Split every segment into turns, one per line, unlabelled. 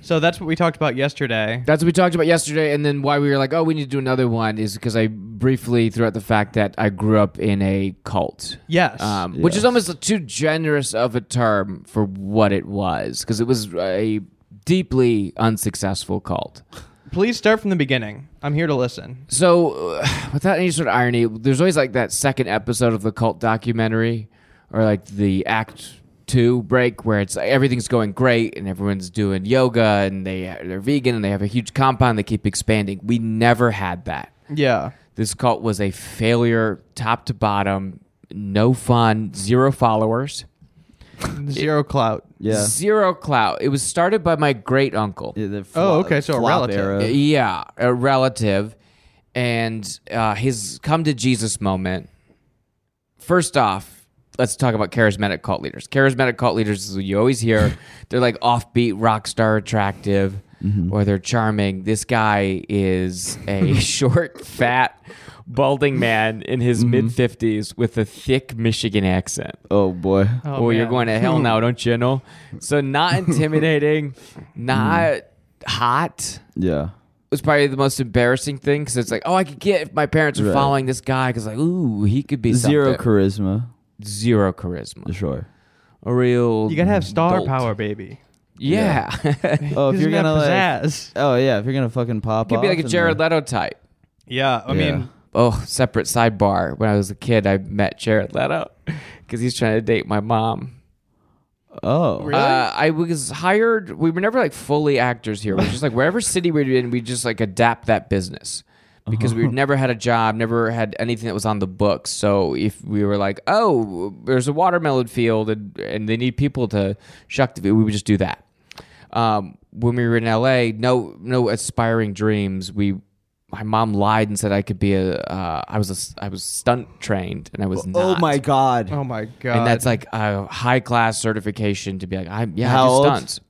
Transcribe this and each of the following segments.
So that's what we talked about yesterday.
That's what we talked about yesterday, and then why we were like, oh, we need to do another one is because I briefly threw out the fact that I grew up in a cult.
Yes.
Um, Which is almost too generous of a term for what it was, because it was a deeply unsuccessful cult.
Please start from the beginning. I'm here to listen.
So, uh, without any sort of irony, there's always like that second episode of the cult documentary, or like the act two break where it's everything's going great and everyone's doing yoga and they they're vegan and they have a huge compound. They keep expanding. We never had that.
Yeah.
This cult was a failure, top to bottom. No fun. Zero followers.
Zero clout.
Yeah.
Zero clout. It was started by my great uncle.
Yeah, the
Oh,
flop-
okay, so a
flop
relative.
era.
Uh, Yeah, a relative, and uh, his come to Jesus moment. First off, let's talk about charismatic cult leaders. Charismatic cult leaders is what you always hear. they're like offbeat, rock star, attractive,
Mm-hmm.
or they're charming. This guy is a short, fat, balding man in his
Mm-hmm.
mid fifties with a thick Michigan accent.
Oh boy.
Oh, you're
man. Hmm.
going to hell now, don't you know? So not intimidating, not
Hmm.
hot
Yeah.
was probably the most embarrassing thing because it's like, oh, I could get if my parents are
Right.
following this guy because like, ooh, he could be
Zero
something.
charisma.
zero charisma,
Sure.
a real.
You gotta have star
dolt.
power, baby.
Yeah,
Oh, if
He's
you're
got
gonna like,
pizzazz.
oh yeah, if you're gonna fucking pop
could
off
be like a
and
Jared
then-
Leto type.
yeah. I
Yeah.
mean,
Oh, separate sidebar. When I was a kid, I met Jared Leto because he's trying to date my mom.
Oh,
Really?
Uh, I was hired. We were never like fully actors here. We're just like wherever city we we're in, we just like adapt that business because
Uh-huh.
we never had a job, never had anything that was on the books. So if we were like, oh, there's a watermelon field and and they need people to shuck the, we would just do that. Um, when we were in LA, no no aspiring dreams. We my mom lied and said I could be a uh, I was a s I was stunt trained and I was
oh
not.
my god.
oh my god.
And that's like a high class certification to be like, I'm yeah,
How
I do
old?
stunts.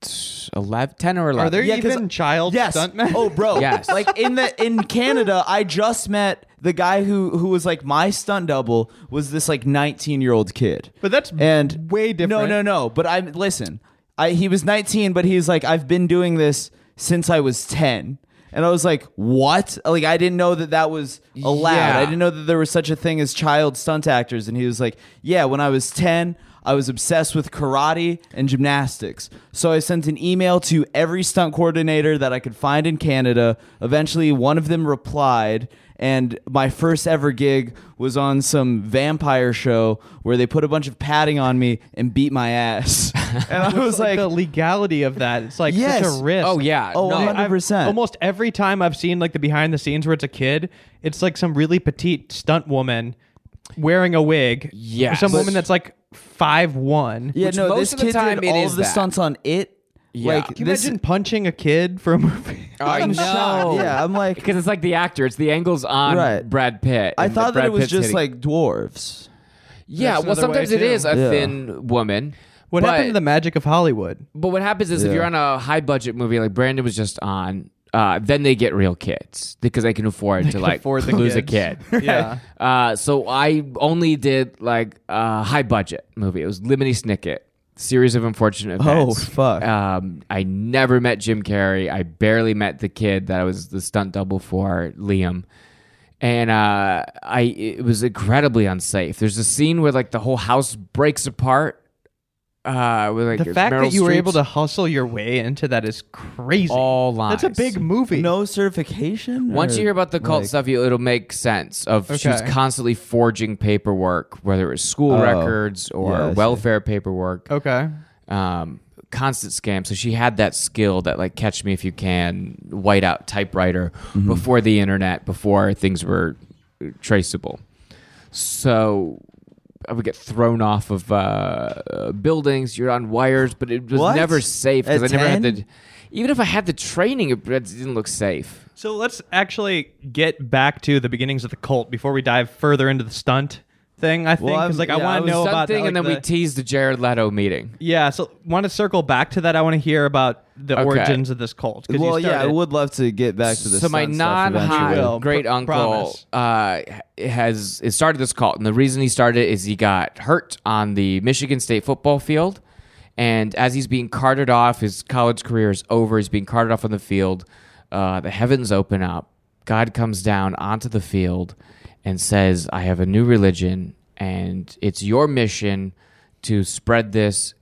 T- 11, 10 or 11.
are there
Yeah, 'cause-
even child
yes.
stuntmen?
Oh, bro.
Yes.
Like in the in Canada, I just met the guy who who was like my stunt double was this like 19 year old kid.
But that's
and
way different.
No, no, no. But I listen. I he was 19, but he's like I've been doing this since I was 10. And I was like, "What?" Like I didn't know that that was allowed.
Yeah.
I didn't know that there was such a thing as child stunt actors. And he was like, "Yeah, when I was 10, I was obsessed with karate and gymnastics. So I sent an email to every stunt coordinator that I could find in Canada. Eventually, one of them replied, and my first ever gig was on some vampire show where they put a bunch of padding on me and beat my ass. And I was like,
the legality of that. It's like
Yes.
such a risk.
Oh, yeah.
Oh,
no.
100%.
I've- Almost every time I've seen like the behind the scenes where it's a kid, it's like some really petite stunt woman wearing a wig.
Yes.
Or Some
But-
woman that's like five one.
"Yeah,
Which
no,
most
this
of the
kid
time
did
it
all
is
of the
that.
stunts on it."
Yeah.
Like,
Can you
this,
imagine punching a kid for a movie?
I
I'm
know.
shocked. Yeah, I'm like,
Because it's like the actor, it's the angles on
Right.
Brad Pitt.
I
and
thought that
Brad
it was
Pitt's
just
hitting-
like dwarves.
yeah.
That's another
Well,
way,
sometimes it
too.
is a
Yeah.
thin woman.
What
but,
happened to the magic of Hollywood?
But what happens is if
Yeah.
you're on a high budget movie like Brandon was just on, uh, then they get real kids because they can afford to
can
like
afford the
lose
kids.
a kid.
Yeah.
Uh, so I only did like a high budget movie. It was Lemony Snicket, series of unfortunate events.
Oh, fuck.
Um, I never met Jim Carrey. I barely met the kid that I was the stunt double for, Liam. And uh, I it was incredibly unsafe. There's a scene where like the whole house breaks apart. Uh, with, like
The fact
Meryl
that you were able
Streep's- Oh
to hustle your way into that is crazy.
all lies.
that's a big movie.
No certification.
Once
Or,
you hear about the cult
like-
stuff, you, it'll make sense. Of she was
Okay.
constantly forging paperwork, whether it was school
Oh.
records or
Yeah, I see.
welfare paperwork,
Okay.
um, constant scam. So she had that skill that like catch me if you can, whiteout typewriter
Mm-hmm.
before the internet, before things were traceable. So I would get thrown off of uh, buildings. You're on wires, but it was
What?
never safe because I
At
never had
10?
the. Even if I had the training, it it didn't look safe.
So let's actually get back to the beginnings of the cult before we dive further into the stunt thing. I think
Well, I'm-
because like I
yeah, I
want
was
to know about
something,
like,
and then we
the-
teased the Jared Leto meeting.
Yeah, so want to circle back to that. I want to hear about the
Okay.
origins of this cult. 'cause you
Well, yeah, I
started-
would love to get back to the.
so my
stunt stuff
non-hot
eventually.
Will,
great
pr-
uncle
promise.
uh, has it started this cult, and the reason he started it is he got hurt on the Michigan State football field, And as he's being carted off, his college career is over. He's being carted off on the field. Uh, the heavens open up. God comes down onto the field and says, I have a new religion, and it's your mission to spread this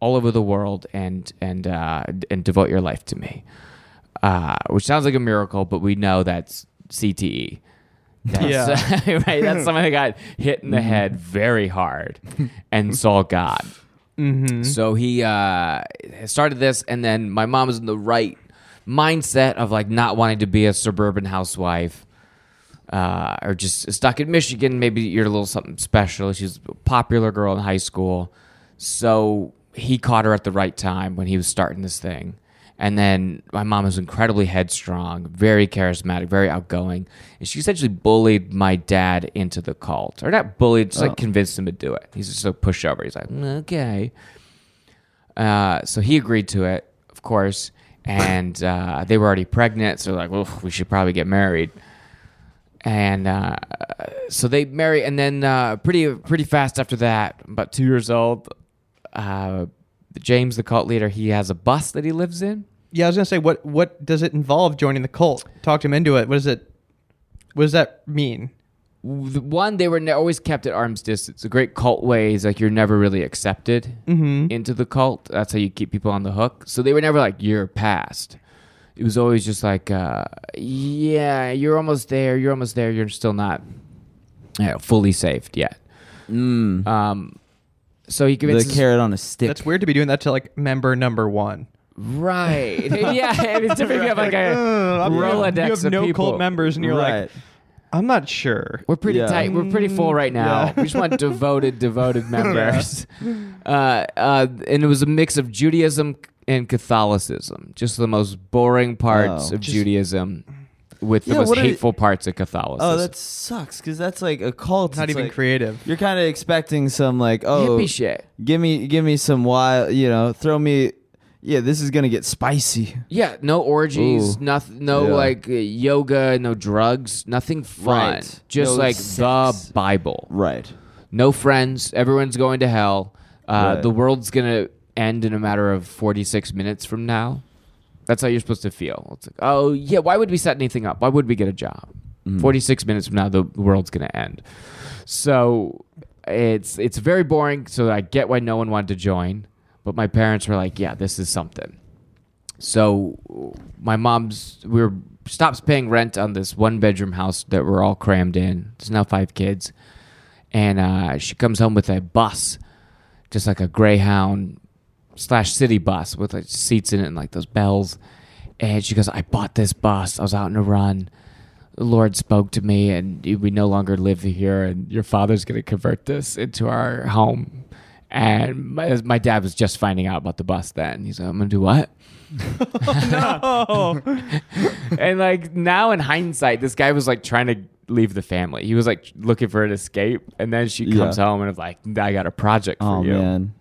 all over the world and and uh, and devote your life to me. Uh, which sounds like a miracle, but we know that's E. CTE. That's, right. That's someone that got hit in the head very hard and saw God. So he uh, started this, and then my mom was in the right mindset of like not wanting to be a suburban housewife. Uh, or just stuck in Michigan, maybe you're a little something special. She's a popular girl in high school. So he caught her at the right time when he was starting this thing. And then my mom is incredibly headstrong, very charismatic, very outgoing. And she essentially bullied my dad into the cult. Or not bullied, just like convinced him to do it. He's just a pushover. He's like, "Mm, okay. Uh, so he agreed to it, of course. And uh, they were already pregnant. So they're like, well, we should probably get married and uh, so they marry, and then uh, pretty pretty fast after that, about two years old, uh, James, the cult leader, he has a bus that he lives in.
Yeah, I was gonna say, what what does it involve joining the cult? Talked him into it. What does it? What does that mean?
W- the One, they were ne- always kept at arm's distance. The great cult way is like you're never really accepted
Mm-hmm.
into the cult. That's how you keep people on the hook. So they were never like you're past. It was always just like, uh, yeah, you're almost there. You're almost there. You're still not you know, fully saved yet.
Mm.
Um, so he
The
convinces
carrot on a stick.
That's weird to be doing that to like member number one.
right, yeah. and It's different. You have like a
Ugh,
Rolodex
You have
of
no
people.
cult members, and you're
right.
like, I'm not sure.
We're pretty
Yeah.
tight. We're pretty full right now.
Yeah.
We just want devoted, devoted members. Uh, uh, and it was a mix of Judaism and Catholicism. Just the most boring parts
Wow.
of Judaism with the
Oh. Yeah,
most
what are-
hateful parts of Catholicism.
oh, that sucks because that's like a cult.
It's not
It's
even
like-
creative.
You're kind of expecting some like oh
hippie shit.
give me give me some wild you know throw me yeah this is gonna get spicy
Yeah, no orgies,
Ooh.
nothing, no
Yeah.
like uh, yoga, no drugs, nothing fun.
Right.
Just
No
like
sex.
the Bible.
right
no friends. Everyone's going to hell. Uh,
Right.
The world's gonna end in a matter of forty-six minutes from now. That's how you're supposed to feel. It's like, oh yeah, why would we set anything up? Why would we get a job? Forty-six minutes from now, the world's gonna end. So it's it's very boring. So I get why no one wanted to join, but my parents were like, yeah, this is something. So my mom's we were stops paying rent on this one bedroom house that we're all crammed in. There's now five kids, and uh, she comes home with a bus, just like a Greyhound slash city bus with like seats in it and like those bells. And she goes, "I bought this bus. I was out on a run. The Lord spoke to me, and we no longer live here. And your father's going to convert this into our home." And my, my dad was just finding out about the bus then. He's like, "I'm going to do what?"
Oh,
and like now in hindsight, this guy was like trying to leave the family. He was like looking for an escape, and then she comes
Yeah.
home and is like, "I got a project for
oh
you."
man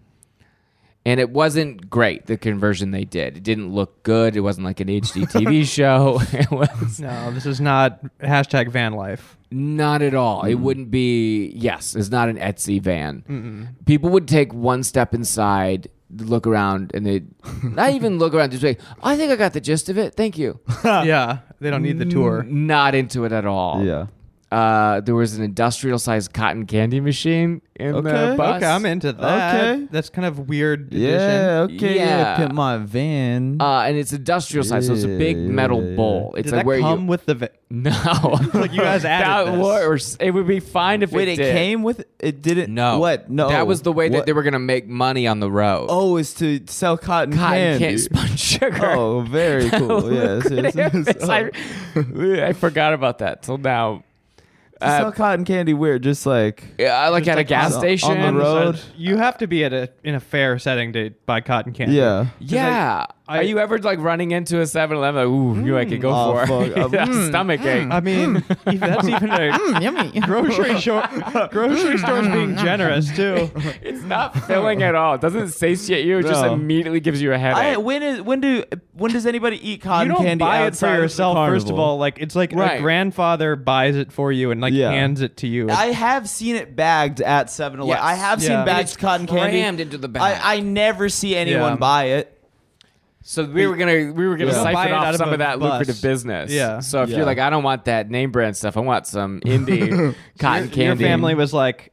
And it wasn't great. The conversion they did, it didn't look good. It wasn't like an HD TV show. It was
no, this is not hashtag van life.
not at all.
Hmm.
It wouldn't be. Yes, it's not an Etsy van. People would take one step inside. Look around, and they not even look around. Just like, I think I got the gist of it. Thank you.
yeah, they don't need the tour.
Not into it at all.
yeah
uh, there was an industrial sized cotton candy machine in the
Okay.
bus.
Okay, I'm into that.
Okay.
That's kind of weird.
yeah
addition.
okay yeah,
Yeah.
pimp my van
Uh, and it's industrial sized, so it's a big
Yeah,
metal
yeah, yeah.
bowl. It's
Did
like
that
where
come
you
with the? Va-
no,
like you guys added
that
this.
was- it would be fine if
wait
it,
it
did.
came with it didn't
No,
what no
that was the way that
What?
they were gonna make money on the road.
oh is to sell cotton,
cotton
candy
candy sponge sugar.
oh very cool yes, yes, yes.
I, I forgot about that till now.
To
Uh,
sell cotton candy weird just like
yeah, I like
Just
at a
like on-
gas
on
the
station
road.
You have to be at a in a fair setting to buy cotton candy.
yeah
Yeah.
I-
Are you ever like running into a 7 Eleven? Like, ooh, you I could go
Oh,
for
fuck. Um,
Yeah,
mm,
stomach ache.
I mean,
Hmm.
if that's even a
yummy
grocery store. Grocery stores being generous too.
it's not filling at all. It doesn't satiate you. It just
No.
immediately gives you a
I,
headache.
when is when do when does anybody eat
You
cotton
don't
candy
buy it
outside
for
of the
yourself. First of
carnival?
all, like it's like
Right.
a grandfather buys it for you, and like like
Yeah.
hands it to you.
I have seen it bagged at 7-Eleven.
Yes.
I have seen
Yeah.
bagged
It's
cotton candy.
crammed into the bag.
I, I never see anyone
Yeah.
buy it.
So we were gonna we were gonna
Yeah.
Buy
siphon
it out
off
of
some
a
of that
bus.
lucrative business.
Yeah.
So if
Yeah.
you're like, I don't want that name brand stuff. I want some indie
your,
cotton
your
candy.
family was like,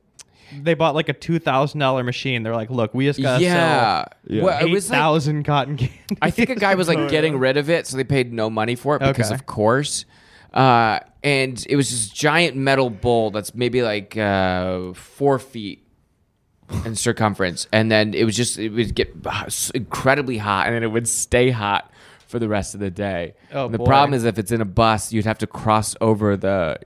they bought like a two thousand dollar machine. They're like, look, we just got
Yeah.
Yeah.
Well, it
eight
was like,
thousand cotton candy.
I think a guy was like getting rid of it, so they paid no money for it because
Oh, Okay.
of course. Uh, and it was this giant metal bowl that's maybe like uh, four feet in circumference, and then it was just it would get incredibly hot, and then it would stay hot for the rest of the day.
Oh,
And the
boy.
problem is if it's in a bus, you'd have to cross over the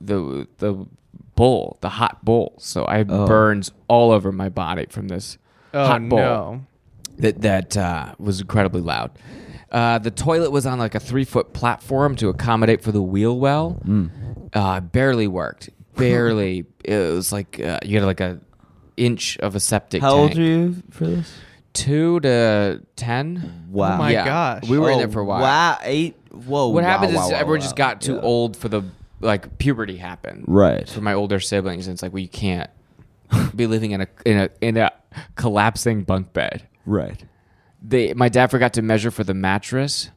the the bowl, the hot bowl. So I had burns all over my body from this
Oh,
hot bowl
no.
that that uh, was incredibly loud. Uh, the toilet was on like a three foot platform to accommodate for the wheel well.
Mm.
Uh, barely worked. Barely. it was like uh, you had like a inch of a septic
How
tank.
old are you for this?
Two to ten.
Wow.
Oh my
Yeah.
gosh.
We were in
Oh,
there for a while.
Wow, eight. Whoa.
What
wow,
happened
wow,
is
wow,
everyone
wow.
just got too
Yeah.
old for the like puberty happened.
Right.
For my older siblings, and it's like, well, you can't be living in a in a in a collapsing bunk bed.
Right.
they my dad forgot to measure for the mattress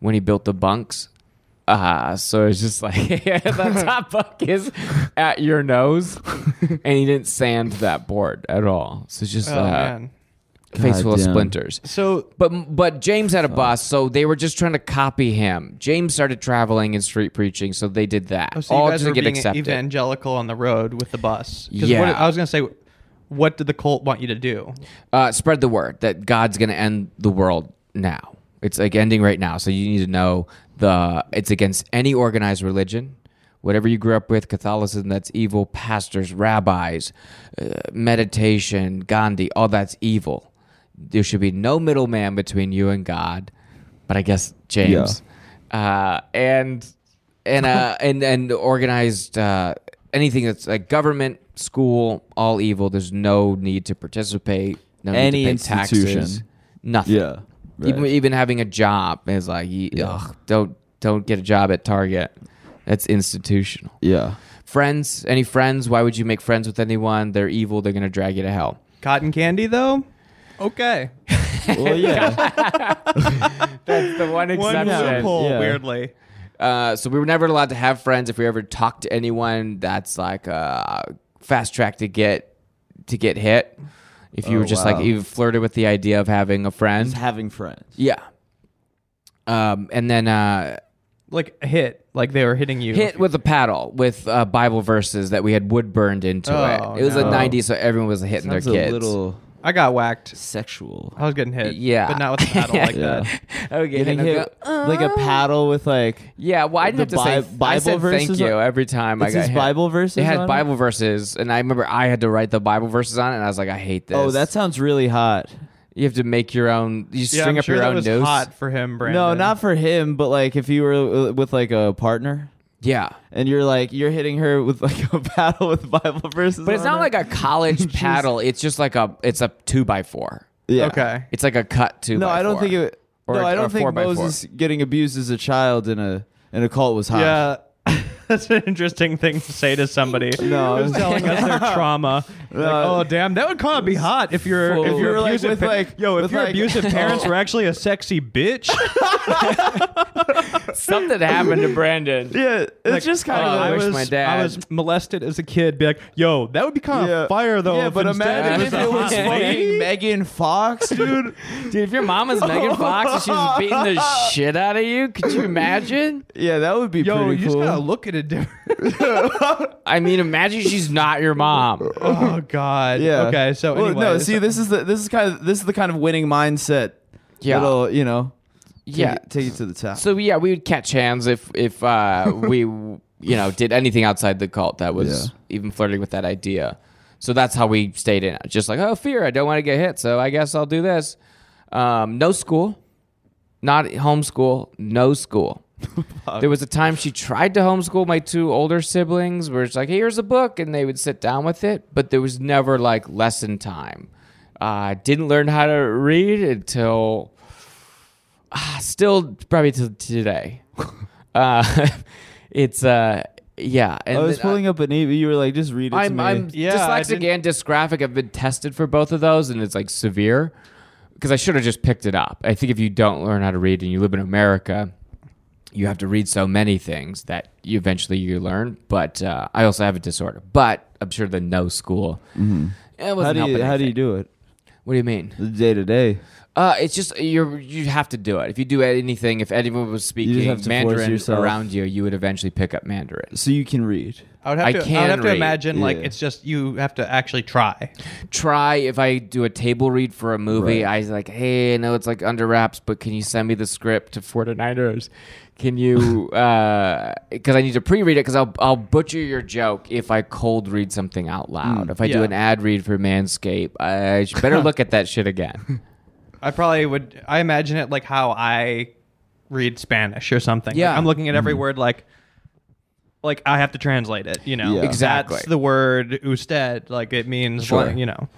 when he built the bunks. Uh, so it's just like the top bunk is at your nose, and he didn't sand that board at all. So it's just
Oh,
uh,
man.
face full of
Goddamn.
splinters.
So
But but James had a bus, so they were just trying to copy him. James started traveling and street preaching, so they did that.
Oh, so
all
you guys
just to
were
get
being
accepted.
evangelical on the road with the bus. 'Cause
Yeah.
What, I was gonna say, what did the cult want you to do?
uh, spread the word that God's going to end the world now. It's like ending right now. So you need to know the it's against any organized religion. Whatever you grew up with, Catholicism, that's evil. Pastors, rabbis, uh, meditation, Gandhi, all that's evil. There should be no middleman between you and God. But I guess James uh, and and uh, and and organized uh, anything that's like government, school, all evil. There's no need to participate. No
Any
need to pay taxes,
institution.
nothing.
Yeah. Right.
Even even having a job is like, you- ugh, don't don't get a job at Target. That's institutional.
yeah.
Friends, any friends? Why would you make friends with anyone? They're evil. They're gonna drag you to hell.
Cotton candy, though. Okay.
Well, yeah.
That's the one
loophole,
Yeah.
weirdly.
Uh, so we were never allowed to have friends. If we ever talked to anyone, that's like a fast track to get to get hit. If you
Oh,
were just
wow.
like even flirted with the idea of having a
just
friend,
having friends.
yeah. Um, and then uh,
Like hit, like they were hitting you.
hit with a paddle with uh, Bible verses that we had wood burned into
Oh,
it. It was the
no.
'90s, so everyone was hitting
Sounds
their kids.
a little
I got whacked.
sexual.
I was getting hit.
Yeah.
But not with a paddle like
Yeah.
that.
okay, and
Getting
I'd
hit
go,
like a
"Uh."
paddle with like.
Yeah, well, I
The
didn't have to
Bi-
say I
Bible
said
verses
Thank you
on-
every time I got
It says
hit.
Bible verses
It had
on it?
Bible verses, and I remember I had to write the Bible verses on it, and I was like, I hate this.
Oh, that sounds really hot.
you have to make your own. You
Yeah,
string
I'm
up
sure
your
that
own
was
notes.
hot for him, Brandon.
No, not for him, but like if you were uh, with like a partner.
Yeah,
And you're like you're hitting her with like a paddle with Bible verses.
but it's
on
not
it.
like a college paddle. It's just like a. It's a two by four.
yeah.
Okay.
It's like a cut two.
No,
by
I don't
four.
think it.
Or
no,
a-
I
or
don't
four
think
by four.
Moses getting abused as a child in a in a cult was hot.
Yeah. That's an interesting thing to say to somebody
No, it
who's
was-
telling us their trauma. Like,
No.
oh damn, that would kind of be hot if your
Full.
if
If you
your
were, like,
abusive
with,
pa-
like-
yo if
with,
your
like-
abusive parents were actually a sexy bitch.
something happened to Brandon.
yeah. It's
Like,
just kind
oh,
of.
I
like-
wish
was
my dad-
uh, I was molested as a kid. Be like, yo, that would be kind of
Yeah.
fire though.
Yeah,
if
but
instead
imagine
was
if
a
it was
hot lady.
fucking Megan Fox, dude.
Dude, if your mama's Megan Fox and she's beating the shit out of you, could you imagine?
yeah, that would be
Yo,
pretty
you
cool.
just gotta look at it different.
I mean, imagine she's not your mom.
oh God.
yeah.
Okay. So
Well,
anyway,
no. See, this is the this is kind of this is the kind of winning mindset.
Yeah.
That'll you know. take
Yeah.
it- Take you to the top.
So yeah, we would catch hands if if uh, we you know did anything outside the cult that was
Yeah.
even flirting with that idea. So that's how we stayed in. it. Just like oh fear, I don't want to get hit, so I guess I'll do this. Um, no school, not homeschool, no school. there was a time she tried to homeschool my two older siblings, where it's like here's a book, and they would sit down with it, but there was never like lesson time. Uh, didn't learn how to read until ah, still probably to today. Uh, it's uh, yeah. And
I was
then
pulling up an email. You were like, just read it to
I'm,
me.
I'm
Yeah, I
dyslexic
didn't-
and dysgraphic. I've been tested for both of those, and it's like severe because I should have just picked it up. I think if you don't learn how to read and you live in America, you have to read so many things that you eventually you learn. But uh, I also have a disorder. But I'm sure the no school. It wasn't
how do you
helping
how do you
anything.
do it?
What do you mean?
The day to day.
Uh, it's just you you have to do it. If you do anything, if anyone was
just
speaking
have to force
Mandarin
yourself.
around you, you would eventually pick up Mandarin.
So you can read.
I would have
I
to. I
can
would have to
read.
imagine like
Yeah.
it's just you have to actually try.
try if I do a table read for a movie.
Right.
I was like, hey, I know it's like under wraps, but can you send me the script to 49ers? Can you? Because I need to pre-read it because I'll I'll butcher your joke if I cold read something out loud. if I do
yeah.
an ad read for Manscaped, I should better look at that shit again.
I probably would. I imagine it like how I read Spanish or something. Like,
Yeah. Mm-hmm.
I'm looking at every word like, like I have to translate it. You know,
Yeah.
Exactly.
That's the word usted. Like it means,
Sure.
blank, you know.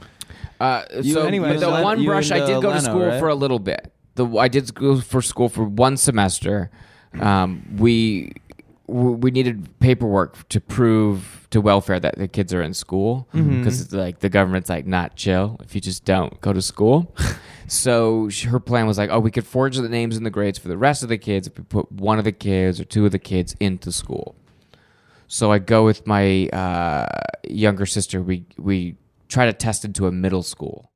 Uh, so
and-
but the
you
one
and,
brush, I
uh,
did go to
Leno,
school
right?
for a little bit. The I did go for school for one semester. Um, we w- we needed paperwork to prove to welfare that the kids are in school because
Mm-hmm.
it's like the government's like not chill if you just don't go to school. so sh her plan was like, oh, we could forge the names and the grades for the rest of the kids if we put one of the kids or two of the kids into school. So I go with my uh, younger sister. We we try to test into a middle school